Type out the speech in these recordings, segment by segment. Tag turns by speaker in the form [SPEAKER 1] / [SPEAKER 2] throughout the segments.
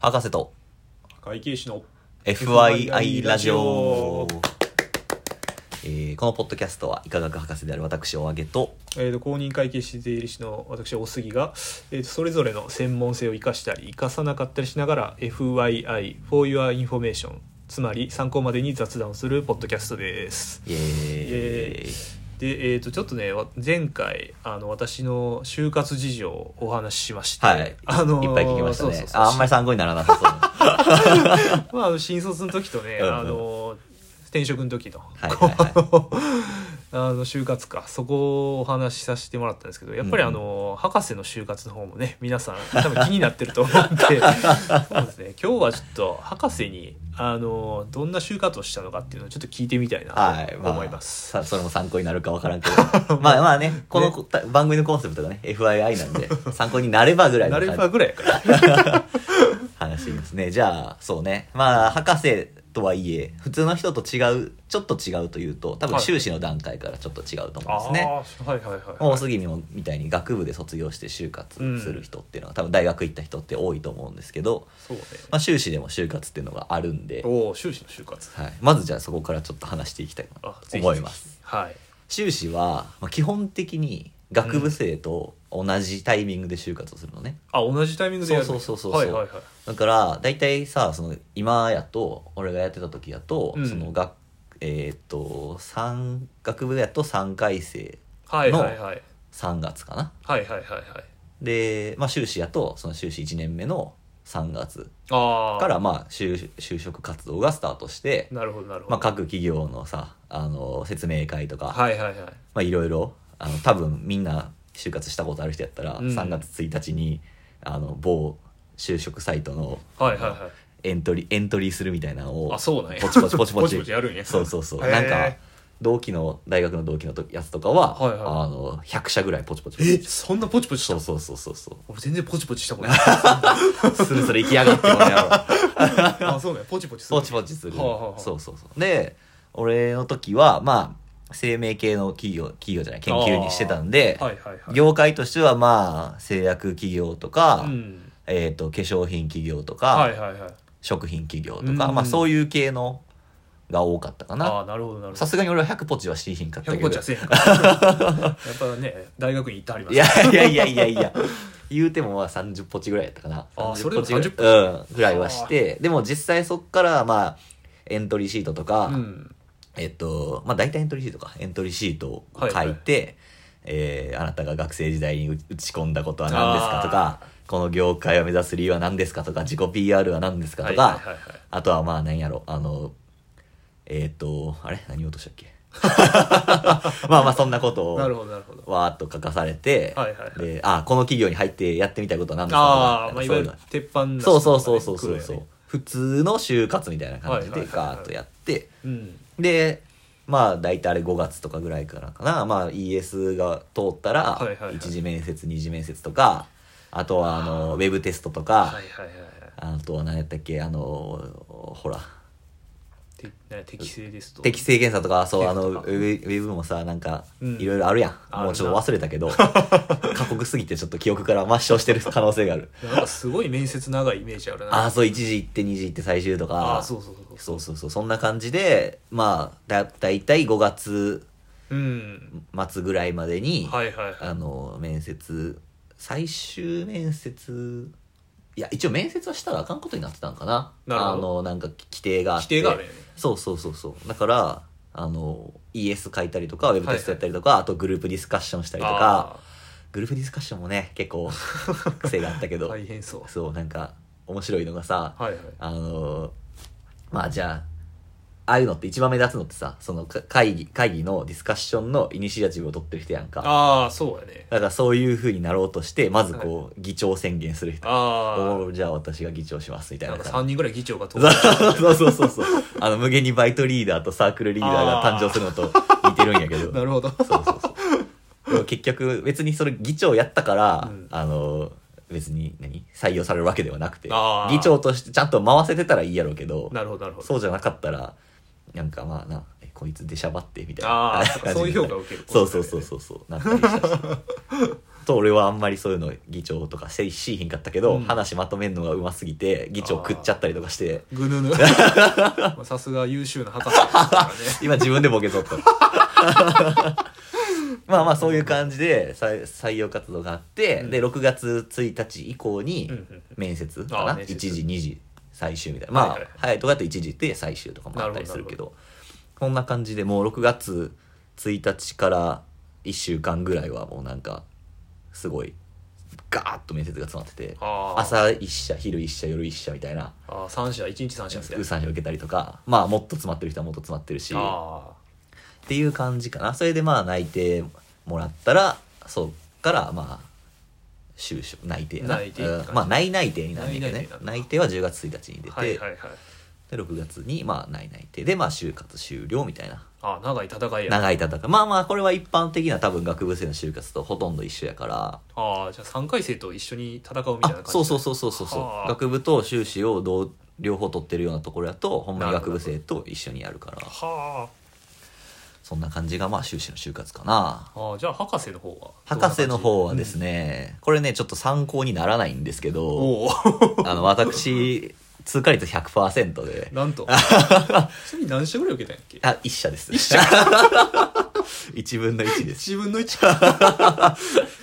[SPEAKER 1] 博士と
[SPEAKER 2] 会計士の
[SPEAKER 1] FII ラジオえーこのポッドキャストは医科学博士である私おあげと
[SPEAKER 2] えー、と公認会計士税理士の私お杉が、えー、とそれぞれの専門性を生かしたり生かさなかったりしながら FYI for your information つまり参考までに雑談をするポッドキャストです
[SPEAKER 1] イエーイ
[SPEAKER 2] イエでえー、とちょっとねわ前回あの私の就活事情をお話ししまして、
[SPEAKER 1] はい、
[SPEAKER 2] あのー
[SPEAKER 1] いっぱい聞きましたね
[SPEAKER 2] そうそうそう
[SPEAKER 1] ああんまり参考にならなさそう
[SPEAKER 2] まああの、新卒の時とね、
[SPEAKER 1] うんうん
[SPEAKER 2] あの転職の時の、
[SPEAKER 1] いはい
[SPEAKER 2] こう あの就活かそこをお話しさせてもらったんですけどやっぱり
[SPEAKER 1] うん
[SPEAKER 2] あ
[SPEAKER 1] うん
[SPEAKER 2] の、博士の就活の方もね皆さん多分気になってると思う んでそうです、ね、今日はちょっと博士にあのどんな就活をしたのかっていうのをちょっと聞いてみたいな
[SPEAKER 1] はい、
[SPEAKER 2] と思います。
[SPEAKER 1] さそれも参考になるかわからんけど まあまあねこのこた番組のコンセプトがね FII なんで参考になればぐらい
[SPEAKER 2] な
[SPEAKER 1] の
[SPEAKER 2] れば
[SPEAKER 1] 感
[SPEAKER 2] ぐらいや から、
[SPEAKER 1] 話ですねじゃあそうねまあ博士とはいえ普通の人と違うちょっと違うというと多分
[SPEAKER 2] はい
[SPEAKER 1] 修士の段階からちょっと違うと思うん
[SPEAKER 2] あ
[SPEAKER 1] です
[SPEAKER 2] あ
[SPEAKER 1] ね、
[SPEAKER 2] ーはいはいはい
[SPEAKER 1] もう杉にもみたいに学部で卒業して就活する人っていうのは、多分大学行った人って多いと思うんですけど、
[SPEAKER 2] そうね
[SPEAKER 1] まあ、修士でも就活っていうのがあるんで、
[SPEAKER 2] おお修士の就活
[SPEAKER 1] はい、まずじゃあそこからちょっと話していきたいな
[SPEAKER 2] あ
[SPEAKER 1] と
[SPEAKER 2] ぜひぜひ
[SPEAKER 1] 思います
[SPEAKER 2] はい
[SPEAKER 1] 修士は、まあ、基本的に学部生と同じタイミングで就活をするのね、
[SPEAKER 2] あ同じタイミングでやる
[SPEAKER 1] そうそうそうそう
[SPEAKER 2] はいはいはい
[SPEAKER 1] だから大体さその今やと俺がやってた時やと、
[SPEAKER 2] うん
[SPEAKER 1] その学えーっと三学部やと3回生
[SPEAKER 2] はいはいはい
[SPEAKER 1] 3月かな
[SPEAKER 2] はいはいはいはい
[SPEAKER 1] で、まあ、修士やとその修士1年目の3月
[SPEAKER 2] ああ
[SPEAKER 1] からまあ就就職活動がスタートして、
[SPEAKER 2] なるほどなるほど、
[SPEAKER 1] まあ、各企業のさあの説明会とか、
[SPEAKER 2] はいはいはい
[SPEAKER 1] まあ、いろいろあの多分みんな就活したことある人やったら、
[SPEAKER 2] うん
[SPEAKER 1] 3月1日にあの某就職サイトの
[SPEAKER 2] はいはいはい
[SPEAKER 1] エントリーエントリーするみたいなのを
[SPEAKER 2] あそうなんや
[SPEAKER 1] ポチポチポチポチ
[SPEAKER 2] ポチやるんや
[SPEAKER 1] そうそうそう
[SPEAKER 2] へー
[SPEAKER 1] なんか同期の大学の同期のとやつとかは、
[SPEAKER 2] はいはい
[SPEAKER 1] あの100社ぐらいポチポチポチ
[SPEAKER 2] えそんなポチポチし
[SPEAKER 1] そ
[SPEAKER 2] た
[SPEAKER 1] うそうそうそうそう
[SPEAKER 2] 俺全然ポチポチし たことない
[SPEAKER 1] するする行きやがってこの野郎
[SPEAKER 2] あそうねポチポチする
[SPEAKER 1] ポチポチする、
[SPEAKER 2] はあはあ
[SPEAKER 1] そうそうそうで俺の時はまあ生命系の企業企業じゃない研究にしてたんで、
[SPEAKER 2] はいはいはい
[SPEAKER 1] 業界としてはまあ製薬企業とか、
[SPEAKER 2] うん
[SPEAKER 1] えー、と化粧品企業とか、
[SPEAKER 2] はいはいはい
[SPEAKER 1] 食品企業と
[SPEAKER 2] うん
[SPEAKER 1] か、まあ、そういう系のが多かったか
[SPEAKER 2] あ
[SPEAKER 1] な
[SPEAKER 2] あなるほどなるほ
[SPEAKER 1] さ
[SPEAKER 2] ど
[SPEAKER 1] すがに俺は100ポチはしひんかったけ
[SPEAKER 2] 100
[SPEAKER 1] ど
[SPEAKER 2] ポチはせえへんから やっぱね大学に行ってはります
[SPEAKER 1] いやいやいやいやい や言うてもまあ30ポチぐらいやったかな
[SPEAKER 2] あー
[SPEAKER 1] 30
[SPEAKER 2] それでも30
[SPEAKER 1] ぐらいうん、ぐらいはしてでも実際そっからまあエントリーシートとか、
[SPEAKER 2] うん
[SPEAKER 1] えっと、まあ、大体エントリーシートか。エントリーシートを書いて、
[SPEAKER 2] はいはい
[SPEAKER 1] えーあなたが学生時代に打ち込んだことは何ですかとか、この業界を目指す理由は何ですかとか、自己 PR は何ですか
[SPEAKER 2] は
[SPEAKER 1] と
[SPEAKER 2] い
[SPEAKER 1] か、
[SPEAKER 2] はいはいはい
[SPEAKER 1] あとはまあ何やろ、あの、えっと、あれ何を落としたっけ まあまあそんなこと
[SPEAKER 2] なる
[SPEAKER 1] を。
[SPEAKER 2] ほどなるほど
[SPEAKER 1] わーっと書かされて、
[SPEAKER 2] はいはいはい
[SPEAKER 1] で、あ、この企業に入ってやってみたいことは何ですかとか
[SPEAKER 2] ああ、
[SPEAKER 1] なん
[SPEAKER 2] ま
[SPEAKER 1] か
[SPEAKER 2] あ、い
[SPEAKER 1] そ
[SPEAKER 2] わ
[SPEAKER 1] うい
[SPEAKER 2] ゆ
[SPEAKER 1] うの
[SPEAKER 2] る鉄板な
[SPEAKER 1] そうそうそうそうそう
[SPEAKER 2] 来
[SPEAKER 1] そ
[SPEAKER 2] る
[SPEAKER 1] う
[SPEAKER 2] やね
[SPEAKER 1] 普通の就活みたいな感じ
[SPEAKER 2] は
[SPEAKER 1] で
[SPEAKER 2] いはいはいはい
[SPEAKER 1] ガーッとやって、
[SPEAKER 2] うん
[SPEAKER 1] でまあ大体あれ5月とかぐらいからかな、まあ、ES が通ったら
[SPEAKER 2] はいはいはい
[SPEAKER 1] 1次面接2次面接とかあとはあのウェブテストとか、
[SPEAKER 2] はいはいはいはい
[SPEAKER 1] あとは何やったっけあのほら
[SPEAKER 2] てね適正ですと
[SPEAKER 1] 適正検査とかそうあのウ
[SPEAKER 2] テストとか
[SPEAKER 1] ェウェブもさなんか
[SPEAKER 2] うん
[SPEAKER 1] いろいろあるやん、
[SPEAKER 2] あるな
[SPEAKER 1] もうちょっと忘れたけ ど過酷すぎてちょっと記憶から抹消してる可能性がある
[SPEAKER 2] なんかすごい面接長いイメージあるな
[SPEAKER 1] ああそう1次行って2次行って最終とか
[SPEAKER 2] あーそうそうそう
[SPEAKER 1] そうそうそうそんな感じでまあだ大体5月
[SPEAKER 2] うん
[SPEAKER 1] 末ぐらいまでに、
[SPEAKER 2] はいはいはい
[SPEAKER 1] あの面接最終面接いや一応面接はしたらあかんことになってたんかな
[SPEAKER 2] なるほど
[SPEAKER 1] あのなんか規定があって
[SPEAKER 2] 規定があるよね
[SPEAKER 1] そうそうそうそうだからあの ES 書いたりとかウェブテストやったりとか、あとグループディスカッションしたりとかグループディスカッションもね結 構癖があったけ
[SPEAKER 2] あー
[SPEAKER 1] ど、
[SPEAKER 2] 大変そう
[SPEAKER 1] そうなんか面白いのがさ、
[SPEAKER 2] はいはい
[SPEAKER 1] あのまあじゃあああいうのって一番目立つのってさそのか会議会議のディスカッションのイニシアチブを取ってる人やんか
[SPEAKER 2] ああそうやね
[SPEAKER 1] だからそういう風になろうとして、まずこう、議長宣言する人。
[SPEAKER 2] あ
[SPEAKER 1] おーじゃあ私が議長しますみた
[SPEAKER 2] あ
[SPEAKER 1] い
[SPEAKER 2] な
[SPEAKER 1] なん
[SPEAKER 2] か
[SPEAKER 1] 感
[SPEAKER 2] 3
[SPEAKER 1] じ。
[SPEAKER 2] 人ぐらい議長が通る
[SPEAKER 1] そうそうそうそう。あの、無限にバイトリーダーとサークルリーダーが誕生するのと似てるんやけ ど。
[SPEAKER 2] なるほど
[SPEAKER 1] そうそうそう。でも結局、別にそれ議長やったから、
[SPEAKER 2] うん
[SPEAKER 1] あの、別に何採用されるわけではなくて、
[SPEAKER 2] あー
[SPEAKER 1] 議長としてちゃんと回せてたらいいやろうけど、
[SPEAKER 2] なるほどなるほど
[SPEAKER 1] そうじゃなかったら、なんかまあな、えこいつ出しゃばってみたいな
[SPEAKER 2] ああ
[SPEAKER 1] 感じになる。
[SPEAKER 2] そういう評価を受ける
[SPEAKER 1] そうそうそうそうそうなったりしたしと俺はあんまりそういうの議長とかせしいひんかったけど、
[SPEAKER 2] うん
[SPEAKER 1] 話まとめんのがうますぎて議長食っちゃったりとかして
[SPEAKER 2] ぐぬぬまあさすが優秀な博士ですからね
[SPEAKER 1] 今自分でボケとった まあまあそういう感じで採採用活動があって、
[SPEAKER 2] うん
[SPEAKER 1] で6月1日以降に
[SPEAKER 2] うんうん
[SPEAKER 1] 面接かな、
[SPEAKER 2] あ面接
[SPEAKER 1] 1時2時最終みたいなまあ、
[SPEAKER 2] はいはい
[SPEAKER 1] 早いとこだと1時で最終とかもあったりするけどこんな感じでもう6月1日から1週間ぐらいはもうなんかすごいガーッと面接が詰まってて
[SPEAKER 2] あー
[SPEAKER 1] 朝1社昼1社夜1社みたいな
[SPEAKER 2] あー3社1日3社です
[SPEAKER 1] う
[SPEAKER 2] ね
[SPEAKER 1] さん受けたりとかまあもっと詰まってる人はもっと詰まってるし
[SPEAKER 2] あ
[SPEAKER 1] っていう感じかなそれでまあ内定もらったらそっからまあ就職内定やな
[SPEAKER 2] 内定って感じ
[SPEAKER 1] うんまあ内内定になるんだけどね
[SPEAKER 2] 内内定なんだ
[SPEAKER 1] 内定は10月1日に出て、
[SPEAKER 2] あはいはいはい
[SPEAKER 1] で6月にまあ内内定でまあ就活終了みたいな
[SPEAKER 2] あー長い戦いや
[SPEAKER 1] 長い戦いまあまあこれは一般的な多分学部生の就活とほとんど一緒やから
[SPEAKER 2] ああじゃあ3回生と一緒に戦うみたいな
[SPEAKER 1] あ
[SPEAKER 2] 感じ
[SPEAKER 1] そうそうそうそうそうそ
[SPEAKER 2] は
[SPEAKER 1] う
[SPEAKER 2] あ
[SPEAKER 1] 学部と修士をどう両方取ってるようなところやとほんまに
[SPEAKER 2] なるほ
[SPEAKER 1] 学
[SPEAKER 2] ど
[SPEAKER 1] 部生と一緒にやるから
[SPEAKER 2] は
[SPEAKER 1] そんな感じがまあ修士の就活かな
[SPEAKER 2] ああーじゃあ博士の方は
[SPEAKER 1] 博士の方はです
[SPEAKER 2] ね、
[SPEAKER 1] ね、これねちょっと参考にならないんですけ
[SPEAKER 2] うん
[SPEAKER 1] ど
[SPEAKER 2] おお
[SPEAKER 1] あの私通過率100%で
[SPEAKER 2] な んとちなみに何社ぐらい受けたんやっけ
[SPEAKER 1] あ一社です一社 一分の一です
[SPEAKER 2] 1分の1か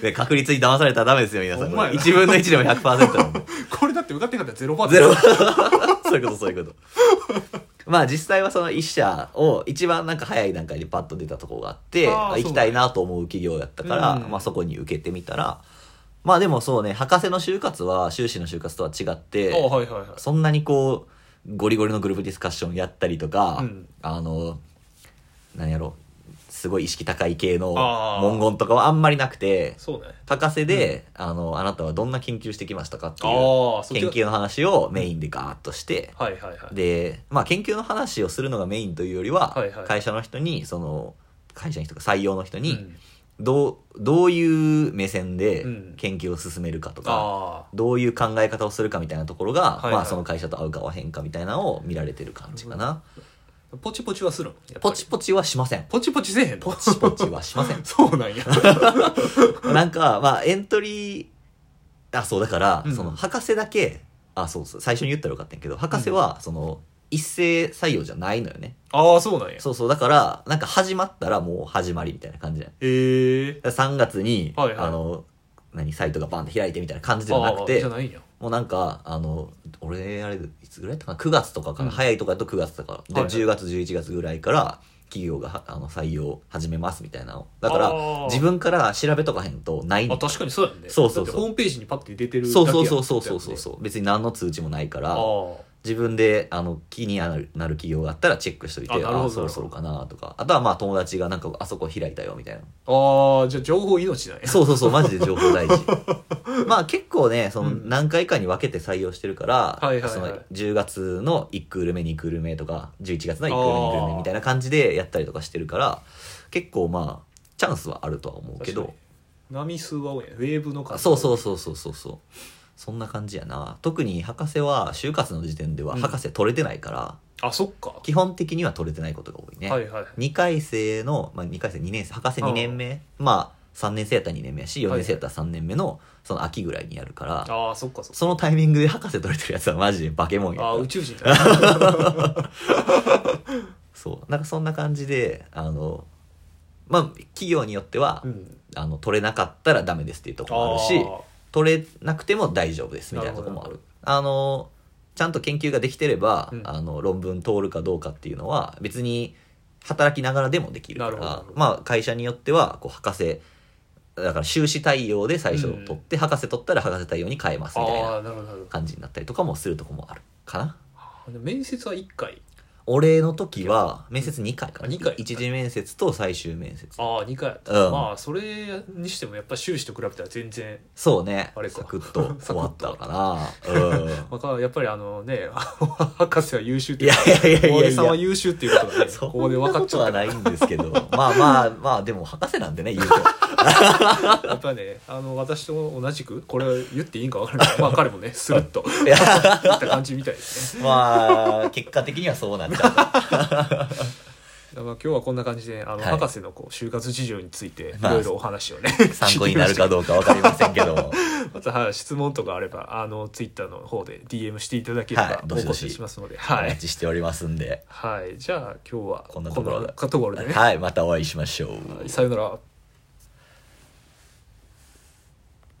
[SPEAKER 1] で確率に騙されたらダメですよ皆さん
[SPEAKER 2] ほんまやな
[SPEAKER 1] 1分の1でも100%だも ん
[SPEAKER 2] これだって受かってなかったら0%
[SPEAKER 1] ゼロ そういうことそういうことまあ実際はその1社を一番なんか早い段階にパッと出たところがあって
[SPEAKER 2] あー
[SPEAKER 1] まあ
[SPEAKER 2] そう
[SPEAKER 1] 行きたいなと思う企業やったから、
[SPEAKER 2] うん
[SPEAKER 1] まあ、そこに受けてみたらまあでもそうね博士の就活は修士の就活とは違って
[SPEAKER 2] ああはいはいはい
[SPEAKER 1] そんなにこうゴリゴリのグループディスカッションやったりとか、
[SPEAKER 2] うん
[SPEAKER 1] あの何やろすごい意識高い系の
[SPEAKER 2] あー
[SPEAKER 1] 文言とかはあんまりなくて
[SPEAKER 2] そうね
[SPEAKER 1] 博士で、あのあなたはどんな研究してきましたかってい
[SPEAKER 2] あー
[SPEAKER 1] う
[SPEAKER 2] そっち
[SPEAKER 1] 研
[SPEAKER 2] が
[SPEAKER 1] 究の話をメインでガーッとして、
[SPEAKER 2] はいはいはい
[SPEAKER 1] で、まあ、研究の話をするのがメインというよりは、
[SPEAKER 2] はいはい
[SPEAKER 1] 会社の人にその会社の人とか採用の人
[SPEAKER 2] う
[SPEAKER 1] に
[SPEAKER 2] ん
[SPEAKER 1] どうどういう目線で
[SPEAKER 2] うん
[SPEAKER 1] 研究を進めるかとか、
[SPEAKER 2] あ
[SPEAKER 1] どういう考え方をするかみたいなところが、
[SPEAKER 2] はいはい
[SPEAKER 1] まあ、その会社と合うか合わへんかみたいなのを見られてる感じかな。
[SPEAKER 2] あポチポチはするのやっぱ
[SPEAKER 1] ポ
[SPEAKER 2] り
[SPEAKER 1] チポチはしません。
[SPEAKER 2] ポチポチせえへんの
[SPEAKER 1] ポチポチはしません。
[SPEAKER 2] そうなんや
[SPEAKER 1] なんか、まあ、エントリー、あ、そう、だから、
[SPEAKER 2] うん
[SPEAKER 1] その、博士だけ、あ、そうそう、最初に言ったらよかったんやけど、博士は、その、一斉採用じゃないのよね。
[SPEAKER 2] ああそうなんや
[SPEAKER 1] そうそう、だから、なんか始まったらもう始まりみたいな感じじゃない
[SPEAKER 2] へえ
[SPEAKER 1] だから3月に、
[SPEAKER 2] はいはい
[SPEAKER 1] あの、何、サイトがバンって開いてみたいな感じ
[SPEAKER 2] じ
[SPEAKER 1] で
[SPEAKER 2] ゃ
[SPEAKER 1] はなくて
[SPEAKER 2] じゃ、ないんや
[SPEAKER 1] もうなんか、あの、俺、あれ、いつぐらいだったかな、9月とかから、
[SPEAKER 2] うん
[SPEAKER 1] 早いとかだと9月とか、で、
[SPEAKER 2] はいはい
[SPEAKER 1] 10月、11月ぐらいから、企業がはあの採用始めますみたいなの。だか
[SPEAKER 2] あ
[SPEAKER 1] ら、
[SPEAKER 2] ー
[SPEAKER 1] 自分から調べとかへんとない
[SPEAKER 2] あ確かにそうやんね
[SPEAKER 1] そうそうそう
[SPEAKER 2] だってホームページにパッて出てる
[SPEAKER 1] そう
[SPEAKER 2] だ
[SPEAKER 1] そ
[SPEAKER 2] けや
[SPEAKER 1] うんそうそうそうそう
[SPEAKER 2] だよね
[SPEAKER 1] そう別に何の通知もないから
[SPEAKER 2] ああ
[SPEAKER 1] 自分であの気になるなる企業があったらチェックしといて
[SPEAKER 2] あなるほど
[SPEAKER 1] あそろそろかなとかあとはまあ友達がなんかあそこ開いたよみたいな
[SPEAKER 2] ああ、じゃあ情報命なんや。
[SPEAKER 1] そうそうそうマジで情報大 事まあ結構ねその
[SPEAKER 2] うん
[SPEAKER 1] 何回かに分けて採用してるから、
[SPEAKER 2] はいはいはい
[SPEAKER 1] その10月の1クール目2クール目とか11月の1クール目2クール目みたいな感じでやったりとかしてるから結構まあチャンスはあるとは思うけ
[SPEAKER 2] 確かに
[SPEAKER 1] ど
[SPEAKER 2] 波数は多いね。ウェーブの
[SPEAKER 1] あ
[SPEAKER 2] 数。。
[SPEAKER 1] そうそううそうそうそうそうそんな感じやな特に博士は就活の時点では
[SPEAKER 2] うん
[SPEAKER 1] 博士取れてないから、
[SPEAKER 2] あ、そっか。
[SPEAKER 1] 基本的には取れてないことが多いね、
[SPEAKER 2] はいはい。
[SPEAKER 1] 2回生の、まあ、2回生2年生博士
[SPEAKER 2] ああ
[SPEAKER 1] 2年目まあ3年生やったら2年目やし4年生やったら3年目のその秋ぐらいにやるから、
[SPEAKER 2] ああ、そっかそっか。
[SPEAKER 1] そのタイミングで博士取れてるやつはマジで化け物やか
[SPEAKER 2] ああ、
[SPEAKER 1] ら
[SPEAKER 2] 宇宙人だね
[SPEAKER 1] そうなんかそんな感じであのまあ企業によっては、
[SPEAKER 2] うん。
[SPEAKER 1] あの取れなかったらダメですっていうところもあるし
[SPEAKER 2] ああ
[SPEAKER 1] 取れなくても大丈夫ですみたいなところもあ
[SPEAKER 2] な
[SPEAKER 1] る
[SPEAKER 2] る
[SPEAKER 1] あのちゃんと研究ができてれば、
[SPEAKER 2] うん
[SPEAKER 1] あの論文通るかどうかっていうのは別に働きながらでもできるか
[SPEAKER 2] なるほどな
[SPEAKER 1] ら
[SPEAKER 2] るほど
[SPEAKER 1] まあ会社によってはこう博士だから修士対応で最初取って、博士取ったら博士対応に変えますみたい
[SPEAKER 2] あ
[SPEAKER 1] な
[SPEAKER 2] あ、なるほどなるほ
[SPEAKER 1] 感じになったりとかもするとこもあるかな
[SPEAKER 2] ど。で面接は1回。
[SPEAKER 1] 俺の時は面接2回かな、
[SPEAKER 2] あ二回
[SPEAKER 1] 一次面接と最終面接
[SPEAKER 2] ああ、2回あった。
[SPEAKER 1] うん
[SPEAKER 2] まあ、それにしてもやっぱ修士と比べたら全然。
[SPEAKER 1] そうね
[SPEAKER 2] あれか
[SPEAKER 1] サクッと終わったか なうん
[SPEAKER 2] まあ、やっぱりあのね、 博士は優秀って
[SPEAKER 1] い
[SPEAKER 2] い
[SPEAKER 1] や
[SPEAKER 2] う
[SPEAKER 1] いやいやいや
[SPEAKER 2] 大
[SPEAKER 1] いや
[SPEAKER 2] 江さんは優秀っていうことが ね、
[SPEAKER 1] そ
[SPEAKER 2] こ
[SPEAKER 1] こ
[SPEAKER 2] こ
[SPEAKER 1] で
[SPEAKER 2] で分
[SPEAKER 1] 分か
[SPEAKER 2] か
[SPEAKER 1] っ
[SPEAKER 2] っ
[SPEAKER 1] ち
[SPEAKER 2] ち
[SPEAKER 1] ゃ
[SPEAKER 2] ゃ
[SPEAKER 1] は
[SPEAKER 2] った
[SPEAKER 1] な
[SPEAKER 2] から。
[SPEAKER 1] いんですけど、まあまあまあ、でも博士なんでね、言うと。
[SPEAKER 2] やっぱね、あの、私と同じく、これ言っていいんか分からない けど。まあ、彼もね、スルッと
[SPEAKER 1] いや
[SPEAKER 2] 言った感じみたいですね。
[SPEAKER 1] まあ、結果的にはそうなっちゃう。
[SPEAKER 2] まあ今日はこんな感じで、あの、
[SPEAKER 1] はい
[SPEAKER 2] 博士のこう就活事情について、い
[SPEAKER 1] まあ
[SPEAKER 2] ろいろお話をね、
[SPEAKER 1] 参考になる かどうか分かりませんけども
[SPEAKER 2] また、はい、質問とかあれば、あの、ツイッターの方で DM していただけれ
[SPEAKER 1] はい
[SPEAKER 2] ば、お
[SPEAKER 1] どしど
[SPEAKER 2] 答え
[SPEAKER 1] し
[SPEAKER 2] しますので、
[SPEAKER 1] お
[SPEAKER 2] はい
[SPEAKER 1] 待。ちしておりますんで、
[SPEAKER 2] はい。じゃあ、今日は
[SPEAKER 1] こんなところで
[SPEAKER 2] こんなところでね。
[SPEAKER 1] はいまたお会いしましょう、
[SPEAKER 2] さよなら。